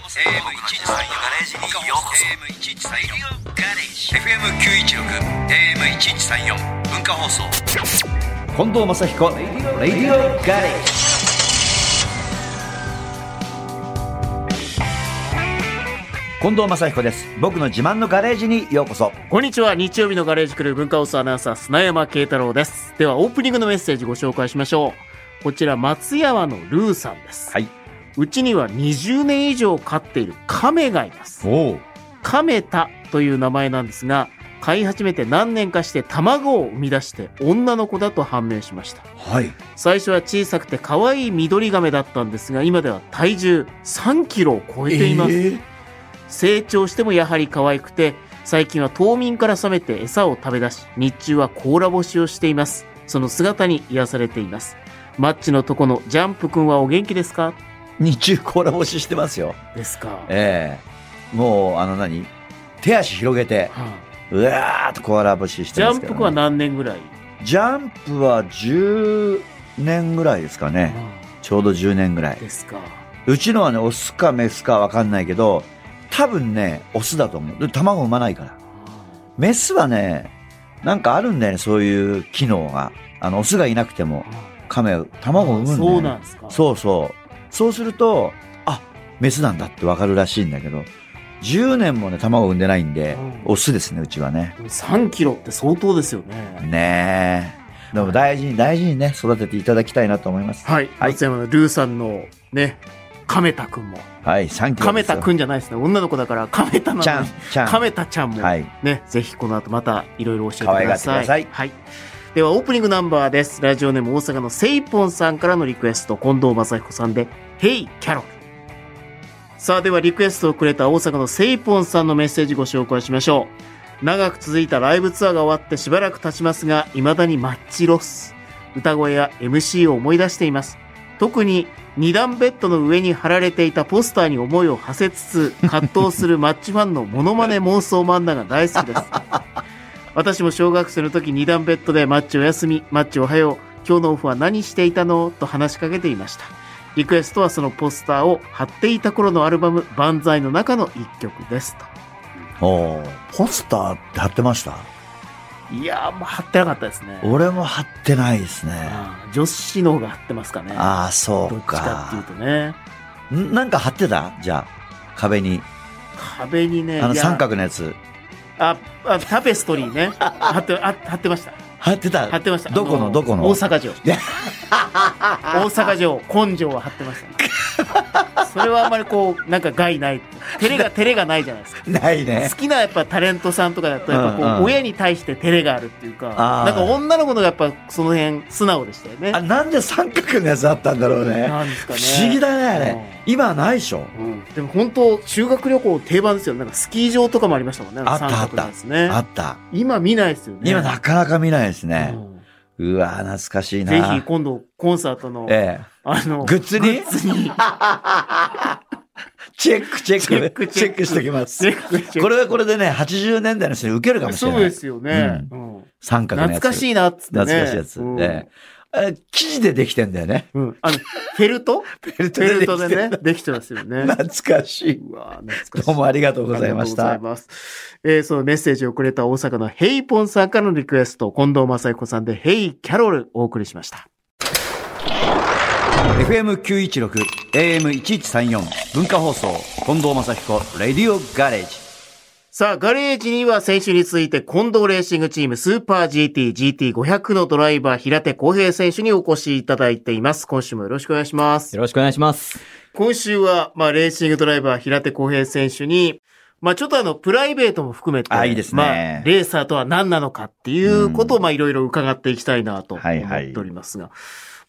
AM1134 ガレージにようこそ AM1134 ガレージ FM916 AM1134 文化放送近藤正彦レディオガレージ近藤正彦です僕の自慢のガレージにようこそこんにちは日曜日のガレージクルー文化放送アナウンサー砂山慶太郎ですではオープニングのメッセージご紹介しましょうこちら松山のルーさんです、はいうちには20年以上飼っている亀がいますおお亀田という名前なんですが飼い始めて何年かして卵を生み出して女の子だと判明しましたはい最初は小さくて可愛い緑亀だったんですが今では体重3キロを超えています、え成長してもやはり可愛くて最近は冬眠から覚めて餌を食べ出し日中は甲羅干しをしていますその姿に癒されていますマッチのとこのジャンプくんはお元気ですかー日中コーラ干ししてますよですか、ええもうあの何手足広げてはあうわーっとコーラ干ししてジまャすンけプど、くね、んは何年ぐらい、ジャンプは10年ぐらいですかねはちょうど10年ぐらあいですかうちのはねオスかメスかわかんないけど多分ねオスだと思うで卵産まないからメスはね、なんかあるんだよね、そういう機能が。あの、オスがいなくても、亀は卵を産むんだよ、ね。そうなんですかそうそう。そうすると、あ、メスなんだってわかるらしいんだけど、10年もね、卵を産んでないんでうん、オスですね、うちはね。でも3キロって相当ですよねねえ。でも大事に大事にね、育てていただきたいなと思います。はい、はい松山のルーさんのね亀田くんもはい、サンキュー。亀田くん。んじゃないですね女の子だから亀田なのちゃんに、ちゃん。亀田ちゃんも、はい。ね、ぜひこの後またいろいろ教えてく可愛がだってください。さいはい。ではオープニングナンバーです。ラジオネーム大阪のセイポンさんからのリクエスト、近藤正彦さんで、Hey キャロル。さあではリクエストをくれた大阪のセイポンさんのメッセージご紹介しましょう。長く続いたライブツアーが終わってしばらく経ちますが、未だにマッチロス。歌声や MC を思い出しています。特に二段ベッドの上に貼られていたポスターに思いを馳せつつ、葛藤する マッチファンのモノマネ妄想漫画が大好きです。私も小学生の時二段ベッドでマッチお休み、マッチおはよう、今日のオフは何していたのと話しかけていました。リクエストはそのポスターを貼っていた頃のアルバム、万歳の中の一曲ですと。おーポスターって貼ってましたいやー、もう貼ってなかったですね。俺も貼ってないですね。あー女子の方が貼ってますかね。ああ、そどうっちかか。っていうとね、んなんか貼ってたじゃあ、壁に。壁にね、あのいや三角のやつ。あ、あタペストリーね。貼って、あ貼ってました。貼ってた貼ってました。どこあのどこの大阪城。大阪城、根性は貼ってました、ね。それはあんまりこう、なんか害ない。照れが、照れがないじゃないですか。ないね好。きなやっぱタレントさんとかだと、やっぱこう、うんうん親に対して照れがあるっていうか、あーなんか女の子のやっぱその辺素直でしたよねあ、。なんで三角のやつあったんだろうね。なんですかね。不思議だね、あれ。今はないでしょ。うん。うんでも本当、修学旅行定番ですよね。なんかスキー場とかもありましたもんね。あった三角のやつねあった。今見ないですよね。今なかなか見ないですうね。んうわ懐かしいな。ぜひ今度コンサートの、ええ。あの、グッズにグッズに チェック、チェチェッック。クチェックしてきます。ここれれはこれでね、80年代の人に受けるかもしれそうなでい。すよね。うん三角のや懐つ。かしいなっつってね。懐かしいやつ。うんええ。あ生地でできてんだよ ね。うんあの、フェ ルトベルトフェでルでトきてでるね、できてますよね。懐かしい。うわ懐かしい。どうもありがとうございましあたりがとう。ございます。えーそのメッセージをくれた大阪のヘイポンさんからのリクエスト、近藤正彦さんでヘイキャロルお送りしました。 FM916、AM1134、文化放送、近藤正彦、レディオガレージ。さあ、ガレージには先週に続いて、近藤レーシングチームスーパー GT、GT500 のドライバー、平手康平選手にお越しいただいています。今週もよろしくお願いします。よろしくお願いします。今週は、まあ、レーシングドライバー、平手康平選手に、まあ、ちょっとあの、プライベートも含めて、あいいですねまあ、レーサーとは何なのかっていうことを、まあ、いろいろ伺っていきたいなと思はいはいっておりますが、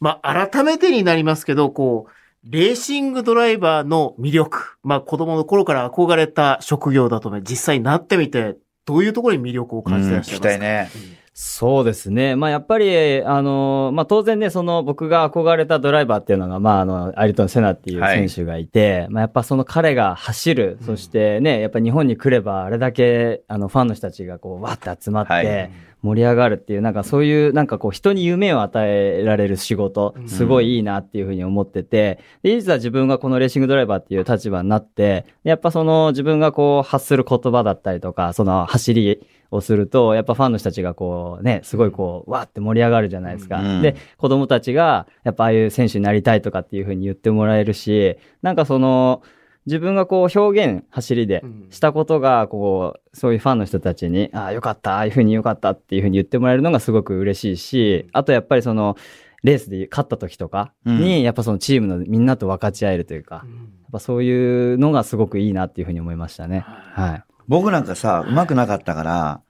まあ、改めてになりますけど、こう、レーシングドライバーの魅力、まあ、子供の頃から憧れた職業だと思います実際になってみて、どういうところに魅力を感じてらっしゃいますか、ね。そうですね。まあ、やっぱり、あの、まあ、当然ね、その、僕が憧れたドライバーっていうのが、まあ、あの、アイルトン・セナっていうはい選手がいて、まあ、やっぱその彼が走る、そしてね、やっぱ日本に来れば、あれだけ、あの、ファンの人たちがこう、わって集まって、はい盛り上がるっていう、なんかそういう、なんかこう人に夢を与えられる仕事う、んすごいいいなっていうふうに思ってて、で、実は自分がこのレーシングドライバーっていう立場になって、やっぱその自分がこう発する言葉だったりとか、その走りをすると、やっぱファンの人たちがこうね、すごいこう、わーって盛り上がるじゃないですか。うんで、子供たちが、やっぱああいう選手になりたいとかっていうふうに言ってもらえるし、なんかその、自分がこう表現、走りでうんしたことが、こう、そういうファンの人たちに、ああ、よかった、ああいうふうによかったっていうふうに言ってもらえるのがすごく嬉しいし、あとやっぱりその、レースで勝った時とかに、やっぱそのチームのみんなと分かち合えるというか、やっぱそういうのがすごくいいなっていうふうに思いましたね。はい。僕なんかさ、うまくなかったから、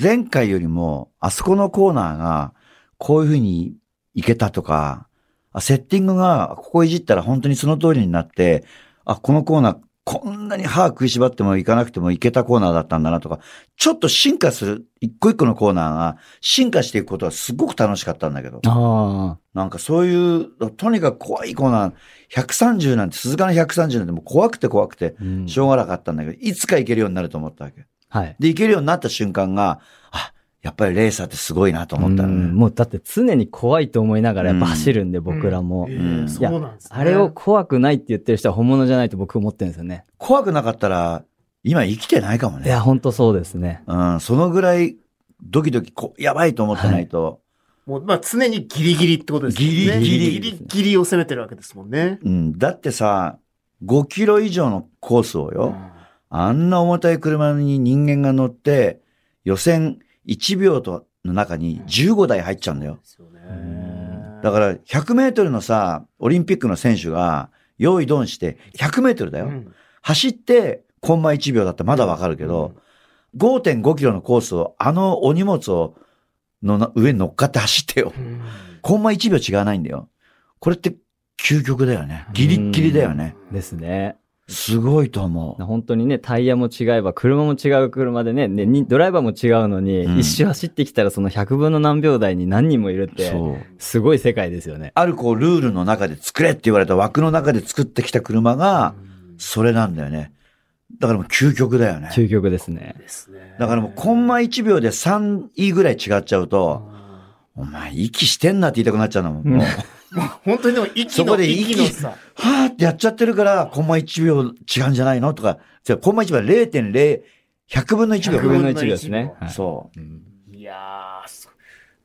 前回よりも、あそこのコーナーが、こういうふうにいけたとか、あセッティングが、ここいじったら本当にその通りになって、あ、このコーナー、こんなに歯食いしばってもいかなくてもいけたコーナーだったんだなとか、ちょっと進化する、一個一個のコーナーが進化していくことはすごく楽しかったんだけど。あなんかそういう、とにかく怖いコーナー、130なんて、鈴鹿の130なんてもう怖くて怖くて、あ。うんしょうがなかったんだけど、いつか行けるようになると思ったわけ。はい。で、行けるようになった瞬間が、あ、やっぱりレーサーってすごいなと思ったのうんね。もうだって常に怖いと思いながらやっぱ走るんで、僕らも。ええうんそうなんですね。あれを怖くないって言ってる人は本物じゃないと僕思ってるんですよね。怖くなかったら、今生きてないかもいね。や、本当そうですね。うん、そのぐらい、ドキドキこ、やばいと思ってないと、もう、まあ、常にギリギリってことですもんね。ギリギリギリギリを攻めてるわけですもんね。うん、だってさ、5キロ以上のコースをよ、うあんな重たい車に人間が乗って、予選1秒との中に15台入っちゃうんだよん。ですよねんだから、100メートルのさ、オリンピックの選手が、用意ドンして、100メートルだよ。うん走って、コンマ1秒だったらまだわかるけど、5.5キロのコースを、あのお荷物を、のな上に乗っかって走ってよう。んコンマ1秒違わないんだよ。これって、究極だよね。ギリッギリだよね。ですね。すごいと思う。本当にね、タイヤも違えば、車も違う車でね、ねにドライバーも違うのに、うん一周走ってきたらその100分の何秒台に何人もいるって、そう。すごい世界ですよね。あるこう、ルールの中で作れって言われた枠の中で作ってきた車が、それなんだよね。だからもう究極だよね。究極ですね。ですね。だからもうコンマ1秒で3位ぐらい違っちゃうと、うんお前息してんなって言いたくなっちゃうのもん。うんもう本当にでも息そのこで息息のさ。はーってやっちゃってるから、コンマ1秒違うんじゃないのとか、じゃあコンマ1秒0.0、100分の1 100秒。分の1秒ですね。はいそう。いやー、そう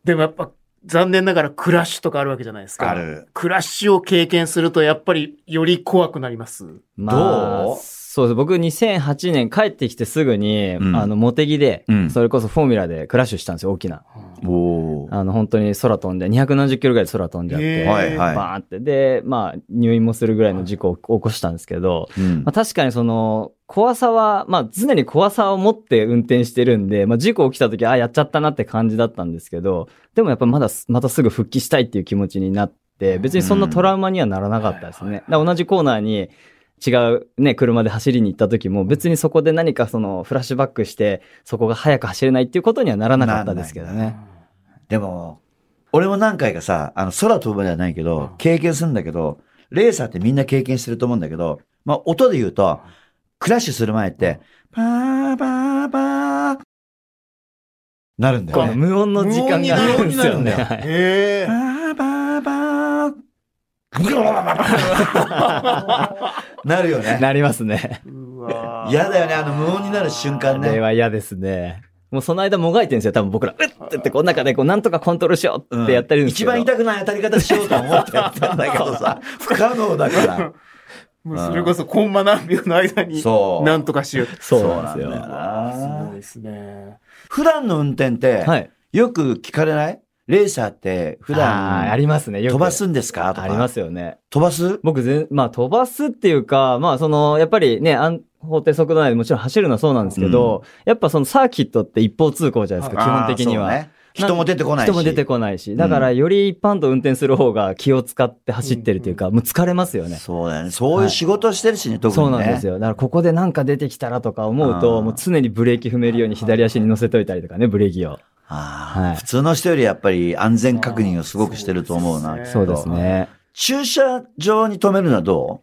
でもやっぱ残念ながらクラッシュとかあるわけじゃないですか。ある。クラッシュを経験するとやっぱりより怖くなります。まあ、どうそうです。僕2008年帰ってきてすぐに、うんあの、モテギで、うんそれこそフォーミュラでクラッシュしたんですよ、大きな。おーあの、本当に空飛んで、270キロぐらい空飛んじゃって、へーはいはいバーンって。で、まあ、入院もするぐらいの事故を起こしたんですけど、うんまあ、確かにその、怖さは、まあ、常に怖さを持って運転してるんで、まあ、事故起きた時、あ、やっちゃったなって感じだったんですけど、でもやっぱまだ、またすぐ復帰したいっていう気持ちになって、別にそんなトラウマにはならなかったですうんね。だから同じコーナーに、違うね、車で走りに行った時も、別にそこで何かその、フラッシュバックして、そこが早く走れないっていうことにはならなかったですけどなんないんねだ。でも、俺も何回かさ、あの、空飛ぶではないけど、経験するんだけど、レーサーってみんな経験してると思うんだけど、まあ、音で言うと、クラッシュする前って、パーパーパー、なるんだこよのね。無音の時間があるんですよ無ね。音になはるんだいへパーパーパー、ブロロロロロロ なるよね。なりますね。ーうわ ー嫌だよねあの無音になる瞬間あねれは嫌ですね。もうその間もがいてるんですよ、多分僕ら。うっってって、この中でこう、なんとかコントロールしようってやったりるんですけ一ど、番痛くない当たり方しようと思ってやったんだけどさ、 不可能だから。もうそれこそコンマ何秒の間にそう。なんとかしよう。そうなんそうですよ。なんだよすなごいですね。普段の運転って、はい。よく聞かれないレーサーって普あーあ段りますね。よく飛ばすんですかとか。ありますよね。飛ばす僕全、まあ飛ばすっていうか、まあその、やっぱりね、安法定速度内でもちろん走るのはそうなんですけど、やっぱそのサーキットって一方通行じゃないですか、基本的には。あーそうね人も出てこないし。人も出てこないし。だから、より一般道運転する方が気を使って走ってるというか、もう疲れますよね。そうだよね。そういう仕事してるしね、特にね。そうなんですよ。だからここでなんか出てきたらとか思うと、うんもう常にブレーキ踏めるように左足に乗せといたりとかね、ブレーキを。あーはい普通の人よりやっぱり安全確認をすごくしてると思うな。あーそうですね。駐車場に止めるのはど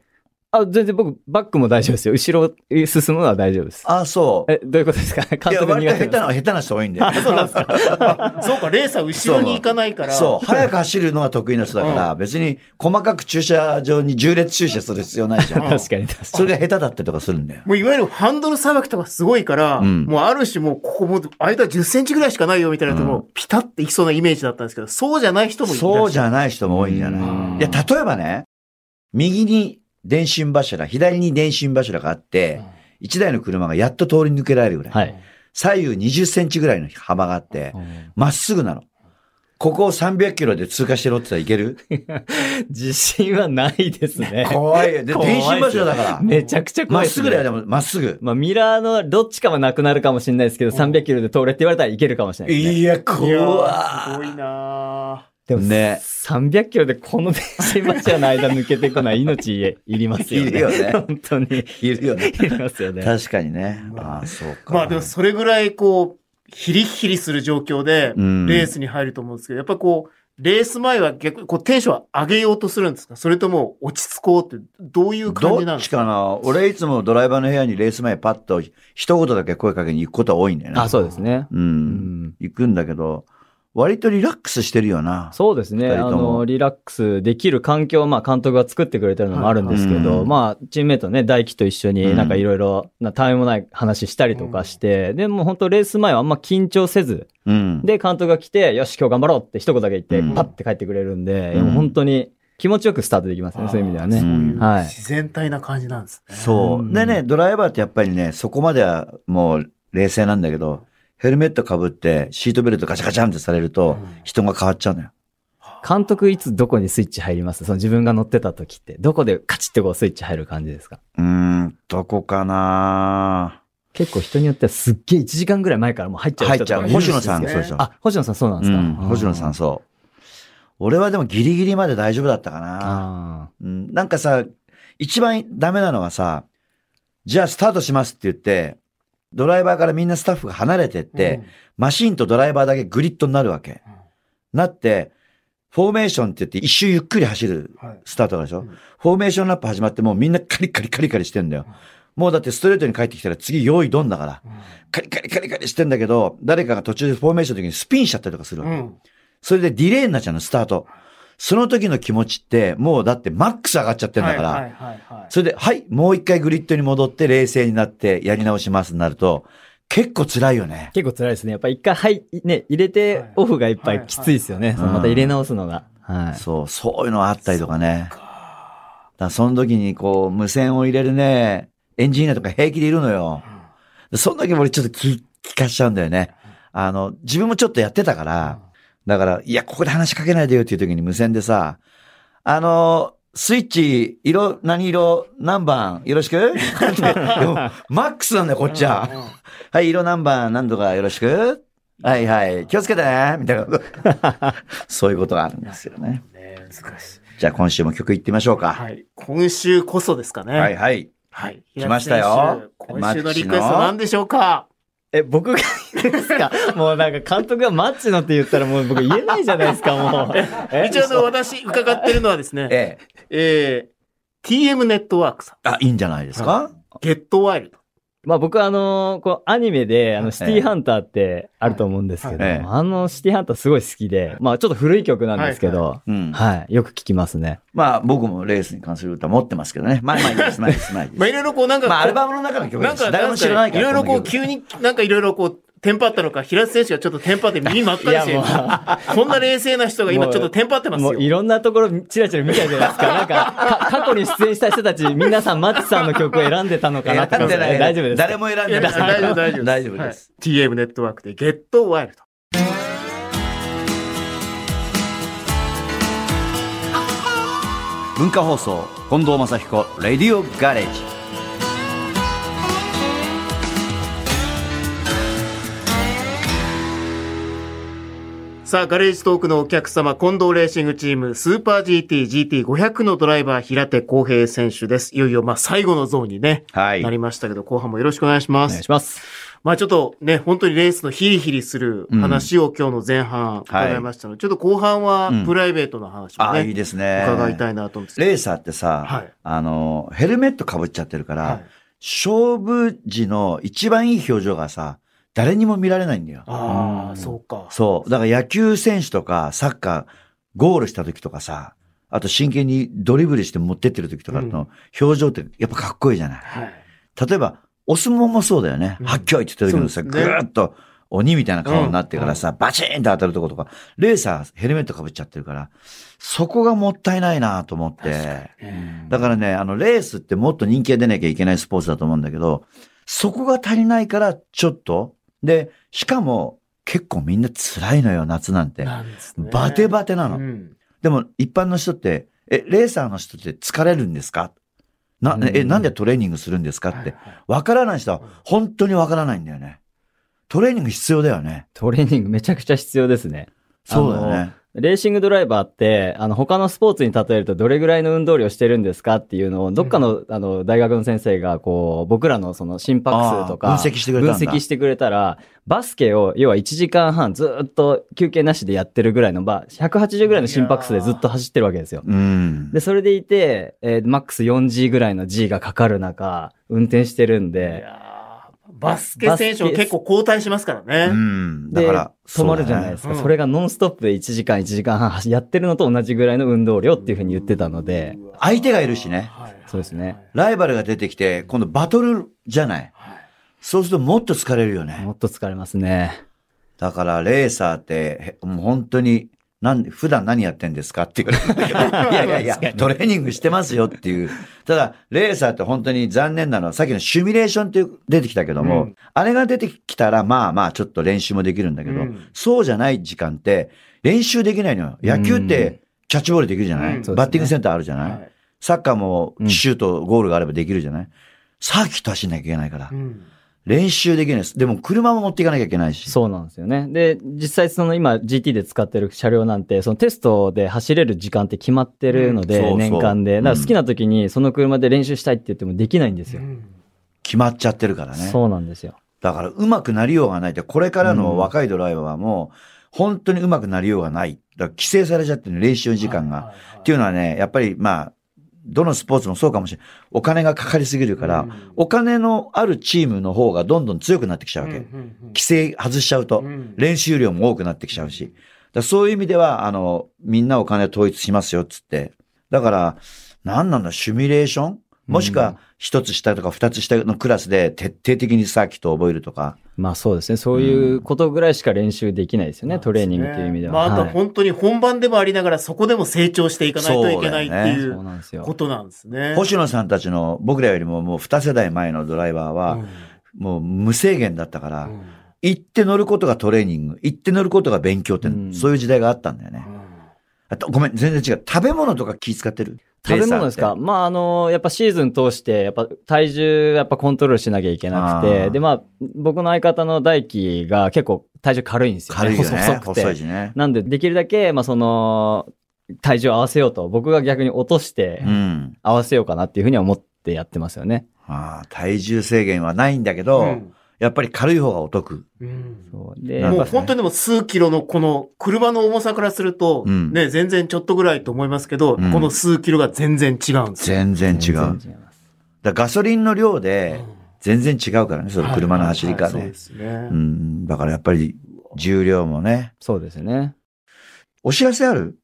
あ、全然僕、バックも大丈夫ですよ。後ろえ進むのは大丈夫です。あ、そう。え、どういうことですかい監や、督割苦と手下手ですな、下手な人多いんで。そうなんですか。そうか、レーサー後ろに行かないから。そう。早く走るのが得意な人だから、別に細かく駐車場に重列駐車する必要ないじゃん。確かに確かに。それが下手だったりとかするんだよ。もういわゆるハンドルさばきとかすごいから、うんもうある種もうここもう間10センチぐらいしかないよみたいなともうピタっていきそうなイメージだったんですけど、そうじゃない人もいらっしゃる。そうじゃない人も多いんじゃうなんいいや、例えばね、右に電信柱、左に電信柱があって、一台の車がやっと通り抜けられるぐらい。はい。左右20センチぐらいの幅があって、まっすぐなの。ここを300キロで通過してろって言ったらいける自信はないですね。怖いよ。で、怖い電ですよ信柱だから。めちゃくちゃま怖っいすぐだよ、ね。でも、まっすぐ。まあ、ミラーのどっちかはなくなるかもしれないですけど、300キロで通れって言われたらいけるかもしれないですね。いや、いや怖ーすごいなでもね300キロでこの電信柱の間抜けていくのは命いりますよね。いるよね本当に。いいるよね。りますよね。確かにね。ああ、そうーか。まあでもそれぐらいこう、ヒリヒリする状況で、うんレースに入ると思うんですけど、やっぱこう、レース前は逆にこうテンション上げようとするんですかそれとも落ち着こうって、どういう感じどなんっでちすかかな俺いつもドライバーの部屋にレース前パッと一言だけ声かけに行くことは多いんだよね。あ、そうですね。う。うんん。行くんだけど、割とリラックスしてるよな。そうですね。二あ人ともの、リラックスできる環境を、まあ、監督が作ってくれてるのもあるんですけはいど、うんまあ、チームメイトね、大輝と一緒うにんなんかいろいろ、な、たわいもない話したりとかして、で、もう本当レース前はあんま緊張せず、うん。で、監督が来て、よし、今日頑張ろうって一言だけ言ってうん、パッて帰ってくれるんで、んいやもう本当に気持ちよくスタートできますね、そういう意味ではあーね。そういうはい自然体な感じなんですね。そうう。んでね、ドライバーってやっぱりね、そこまではもう冷静なんだけど、ヘルメットかぶってシートベルトガチャガチャンってされると、人が変わっちゃうのよ。監督いつどこにスイッチ入りますその自分が乗ってた時って、どこでカチッてこうスイッチ入る感じですかうーん、どこかな結構人によってはすっげえ1時間ぐらい前からもう入っちゃう入っ人ちゃとかう。もいる星野さん、いそるうんでですしねょ。あ、星野さんそうなんでうすか、ん、星野さんそう。俺はでもギリギリまで大丈夫だったかな。あうん、なんかさ、一番ダメなのはさ、じゃあスタートしますって言って、ドライバーからみんなスタッフが離れてって、マシンとドライバーだけグリッドになるわけ。なって、フォーメーションって言って一周ゆっくり走るうん、はいスタートがでしょ、うんフォーメーションラップ始まってもうみんなカリカリカリカリしてんだようん。もうだってストレートに帰ってきたら次用意ドンだから、カリカリカリカリしてんだけど、誰かが途中でフォーメーションの時にスピンしちゃったりとかするわうけ。んそれでディレイになっちゃうの、スタート。その時の気持ちって、もうだってマックス上がっちゃってんだから、はいはいはいはいそれで、はい、もう一回グリッドに戻って冷静になってやり直しますになると、結構辛いよねー。結構辛いですね。やっぱ一回、はい、ね、入れはていオフがいっぱいきついですよいね。そのまた入れ直すのが。はい。そう、そういうのあったりとかね。だからその時にこう、無線を入れるね、エンジニアとか平気でいるのよ。その時も俺ちょっと聞聞かしちゃうんだよね。あの、自分もちょっとやってたから、だから、いや、ここで話しかけないでよっていう時に無線でさ、あの、スイッチ、色、何色、何番、よろしくってでもマックスなんだよ、こっちは。はい、色何番何度かよろしく。はいはい、気をつけてね、みたいなこと。そういうことがあるんですよね。うんね難しい。じゃあ今週も曲いってみましょうか。はい。今週こそですかね。はいはい。はい。来ましたよ平井選手今週のリクエスト何でしょうかえ、僕がいいですかもうなんか監督がマッチのって言ったらもう僕言えないじゃないですか、 もう。え一応あの、私伺ってるのはですね、ええ。えー、TM ネットワークさん、あ、いいんじゃないですか、ゲットワイルド。まあ僕はあのーこうアニメで、あの、シティハンターってあると思うんですけど、ええあの、シティハンターすごい好きで、まあちょっと古い曲なんですけど、はいうん。よく聞きますね。まあ僕もレースに関する歌持ってますけどね。まあまあいいです、まあいいです、まあいいです。まあいろいろこうなん か、まあアルバムの中の曲なでんすか、誰も知らないから。ろいろこうの曲急に なんかいろいろこう、テンパったのか、平瀬選手がちょっとテンパって耳真っ赤にいやしてもう、こんな冷静な人が今ちょっとテンパってますもういよ。ろんなところチラチラ見たじゃないですか。なんか か、過去に出演した人たち、皆さんマッチさんの曲を選んでたのかなとか選んでない。大丈夫ですか。誰も選んいでやない。大丈夫、大丈夫。大丈夫です。はい。TM ネットワークでゲットワイルド。文化放送、近藤正彦、レディオガレージ。さあ、ガレージトークのお客様、近藤レーシングチーム、スーパー GT、GT500 のドライバー、平手康平選手です。いよいよ、まあ、最後のゾーンにね、はいな。りましたけど、後半もよろしくお願いしまおす。願いします。まあちょっとね、本当にレースのヒリヒリする話を今日の前半伺いましたので、ちょっと後半はうんプライベートの話あもあ、ね、いいですね。伺いたいなと思うんですけど。レーサーってさ、はいあの、ヘルメットかぶっちゃってるから、はい勝負時の一番いい表情がさ、誰にも見られないんだよ。あうあ、んそうか。そう。だから野球選手とか、サッカー、ゴールした時とかさ、あと真剣にドリブルして持ってってる時とかの表情ってやっぱかっこいいじゃない。はい。例えば、お相撲もそうだよね。うんはっきょいって言ってる時のさ、そうぐですねーっと鬼みたいな顔になってからさ、バチーンって当たるとことか、レーサーヘルメットかぶっちゃってるから、そこがもったいないなと思って。だからね、あの、レースってもっと人気が出なきゃいけないスポーツだと思うんだけど、そこが足りないから、ちょっと。で、しかも、結構みんな辛いのよ、夏なんて。なんですね。バテバテなの。うんでも、一般の人って、え、レーサーの人って疲れるんですかな、うんえ、なんでトレーニングするんですかって。わからない人は、本当にわからないんだよね。トレーニング必要だよね。トレーニングめちゃくちゃ必要ですね。そうだよね。レーシングドライバーって、あの、他のスポーツに例えるとどれぐらいの運動量してるんですかっていうのを、どっかの、あの、大学の先生が、こう、僕らのその心拍数とあか、ー分析してくれたんだ分析してくれたら、バスケを、要は1時間半ずっと休憩なしでやってるぐらいの、ば、180ぐらいの心拍数でずっと走ってるわけですよ。うん。で、それでいて、えーマックス 4G ぐらいの G がかかる中、運転してるんいで、やーバスケ選手も結構交代しますからうね。ん。だで、から、止まるじゃないですか。そうだねうんそれがノンストップで1時間1時間半走やってるのと同じぐらいの運動量っていうふうに言ってたので、うわー相手がいるしねはいはいそうですねライバルが出てきて、今度バトルじゃない。はいそうするともっと疲れるよねも。っと疲れますね。だから、レーサーって、へもう本当に、なん普段何やってんですかって言われてい やいやいや、トレーニングしてますよっていう。ただ、レーサーって本当に残念なのは、さっきのシミュレーションっていう出てきたけども、うんあれが出てきたら、まあまあ、ちょっと練習もできるんだけど、うんそうじゃない時間って、練習できないのよ。野球って、キャッチボールできるじゃない、うんそうですねバッティングセンターあるじゃない、はいサッカーもうんシュート、ゴールがあればできるじゃないサーキット走んなきゃいけないから。うん練習できないです。でも車も持っていかなきゃいけないし。そうなんですよね。で、実際その今 GT で使ってる車両なんて、そのテストで走れる時間って決まってるのうんそうで、そう年間で。だから好きな時にその車で練習したいって言ってもできないんですうよ。ん決まっちゃってるからね。そうなんですよ。だから上手くなりようがないって、これからの若いドライバーはもう、本当に上手くなりようがない。だから規制されちゃってる練習時間が。はいはいはいっていうのはね、やっぱりまあ、どのスポーツもそうかもしれない。お金がかかりすぎるから、うんお金のあるチームの方がどんどん強くなってきちゃうわけ。うんうんうん規制外しちゃうと、うん練習量も多くなってきちゃうし。だからそういう意味では、あの、みんなお金統一しますよ、つって。だから、なんなんだ、シミュレーションもしくうんは、一つ下とか二つ下のクラスで徹底的にサーキットを覚えるとか。まあそうですね。そういうことぐらいしか練習できないですよね。トレーニングっていう意味では。まあ、あとはいは本当に本番でもありながら、そこでも成長していかないといけないっていそううなんですよ。ことなんですね。星野さんたちの僕らよりももう二世代前のドライバーは、もう無制限だったから、うん行って乗ることがトレーニング、行って乗ることが勉強って、うんそういう時代があったんだよね。あとごめん、全然違う。食べ物とか気使ってる食べ物ですかまあ、あの、やっぱシーズン通して、やっぱ体重、やっぱコントロールしなきゃいけなくあーて、で、まあ、僕の相方の大輝が結構体重軽いんですよ、ね。軽いよね。細細くてい。しね。なんで、できるだけ、まあ、その、体重を合わせようと、僕が逆に落としてうん。合わせようかなっていうふうには思ってやってますよね。ああ、体重制限はないんだけど、やっぱり軽い方がお得。うんそうで、なんもうか本当にでも数キロのこの車の重さからすると、うんね、全然ちょっとぐらいと思いますけど、うんこの数キロが全然違うんですよ。全然違う。だ全か然違いますらガソリンの量で全然違うからね、その車の走りか方そうでで。すねう。ん、だからやっぱり重量もね。そうですね。お知らせある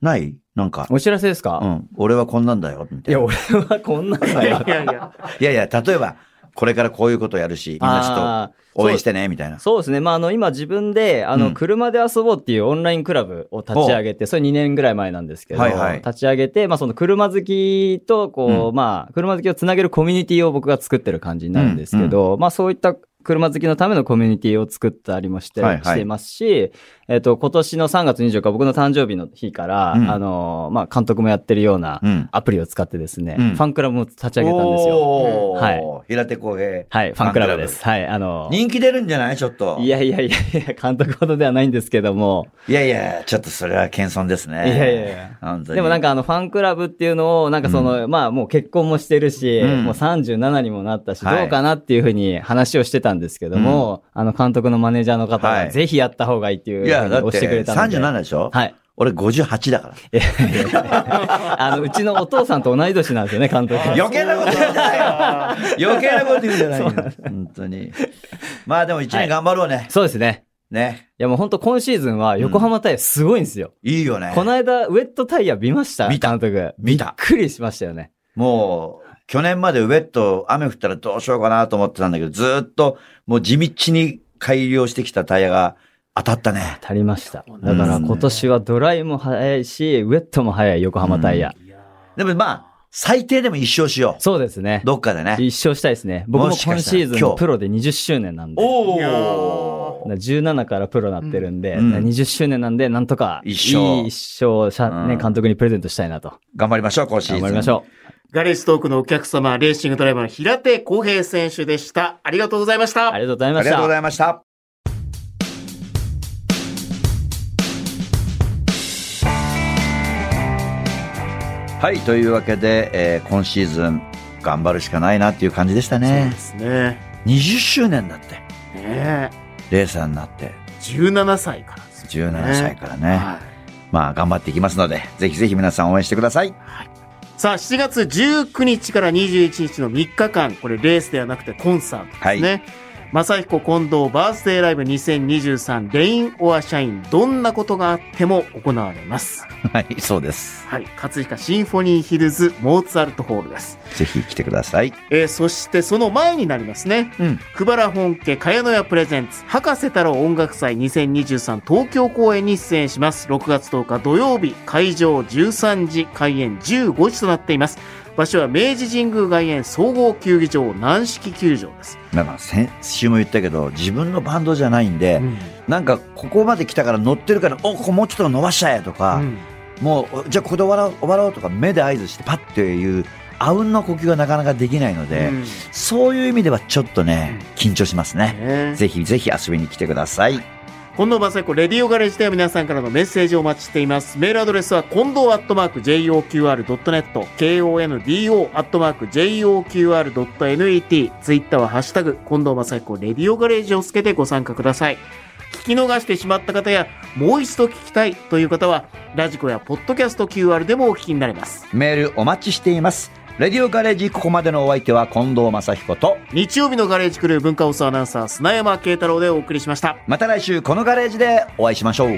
ないなんか。お知らせですか、うん。俺はこんなんだよ、みたいいや、な。俺はこんなのいややいやいや。いやいや、例えば、これからこういうことやるし、みんなちょっあーと応援してね、みたいな。そうですね。まあ、あの、今自分で、あうの、ん車で遊ぼうっていうオンラインクラブを立ち上げて、それ2年ぐらい前なんですけど、はいはい立ち上げて、まあ、その車好きと、こう、うまあ、車好きをつなげるコミュニティを僕が作ってる感じになるんですけど、まあ、そういった車好きのためのコミュニティを作ったりもして、はいはいしてますし、ええっ、と、今年の3月24日、僕の誕生日の日から、うんあのーまあ、監督もやってるようなうん。アプリを使ってですね、うんファンクラブも立ち上げたんですよ。おーは平手公平。はい、ファンクラブです。はい、あのー人気出るんじゃないちょっと。いやいやいやいや、監督ほどではないんですけども、いやいや、ちょっとそれは謙遜ですね。いやいやいや本当に。でもなんかあのファンクラブっていうのを、なんかその、まあもう結婚もしてるし、うんもう37にもなったし、はいどうかなっていうふうに話をしてたんですけども、あの監督のマネージャーの方はがいぜひやった方がいいっていうふいうにや、だっ押しててくれたので。 37でしょはい。俺58だ かいやいやいやあの、うちのお父さんと同い年なんですよね、監 督。ら。余計なこと言うんじゃないよ余計なこと言うんじゃないよ本当に。まあでも一は年い頑張ろうね。そうですね。ね。いやもう本当今シーズンは横浜タイヤすごいんですよ。いいよね。この間、ウェットタイヤ見ました見た監督。見たびっくりしましたよね。もう、去年までウェット、雨降ったらどうしようかなと思ってたんだけど、ずーっともう地道に改良してきたタイヤが当たったね。足りました。そうなだんですねから今年はドライも早いし、ウェットも早い横浜タイヤ。いやでもまあ、最低でも一勝しよそうですねう。。どっかでね。一勝したいですね。僕ももしか今したらシーズ今日ンプロで20周年なんで。おいやおー17からプロなってるんで、うん20周年なんで、なんとか、いい一勝一勝しゃ、ね、うん監督にプレゼントしたいなと。頑張りましょう、今シーズン。頑張りましょガレージトークのお客様、レーシングドライバーの平手康平選手でした。ありがとうございましう。たあ。りがとうございまありしがとうごた。ざいました。はい、というわけで、えー今シーズン頑張るしかないなっていう感じでしたそうねで。すね。 20周年だって、ねえレーサーになって、 17歳からですね17歳からね。はいまあ、頑張っていきますので、ぜひぜひ皆さん応援してください。さあ、7月19日から21日の3日間、これレースではなくてコンサートですね。正彦近藤バースデーライブ2023レインオアシャインどんなことがあっても行われます。はい、そうです。はい。葛飾シンフォニーヒルズモーツァルトホールです。ぜひ来てください。えーそしてその前になりますね。うん。久原本家茅野屋プレゼンツ博士太郎音楽祭2023東京公演に出演します6月10日土曜日会場13時開演15時となっています場所は明治神宮外苑総合球技場軟式球場です、なんか先週も言ったけど、自分のバンドじゃないんで、なんかここまで来たから乗ってるから、おここもうちょっと伸ばしちゃえとか、うんもう、じゃあここで終わろう、終わろうとか、目で合図してパッていう、あうんの呼吸がなかなかできないので、うんねそういう意味ではちょっとね、緊張しますね。えぜひぜひ遊びに来てください。近藤正彦レディオガレージでは皆さんからのメッセージをお待ちしていますメールアドレスは近藤アットマーク JOQR.net KONDO アットマーク JOQR.net ツイッターはハッシュタグ近藤正彦レディオガレージをつけてご参加ください聞き逃してしまった方やもう一度聞きたいという方はラジコやポッドキャスト QR でもお聞きになれますメールお待ちしています。レディオガレージここまでのお相手は近藤正彦と、日曜日のガレージクルー文化放送アナウンサー砂山慶太郎でお送りしましたまた来週このガレージでお会いしましょう。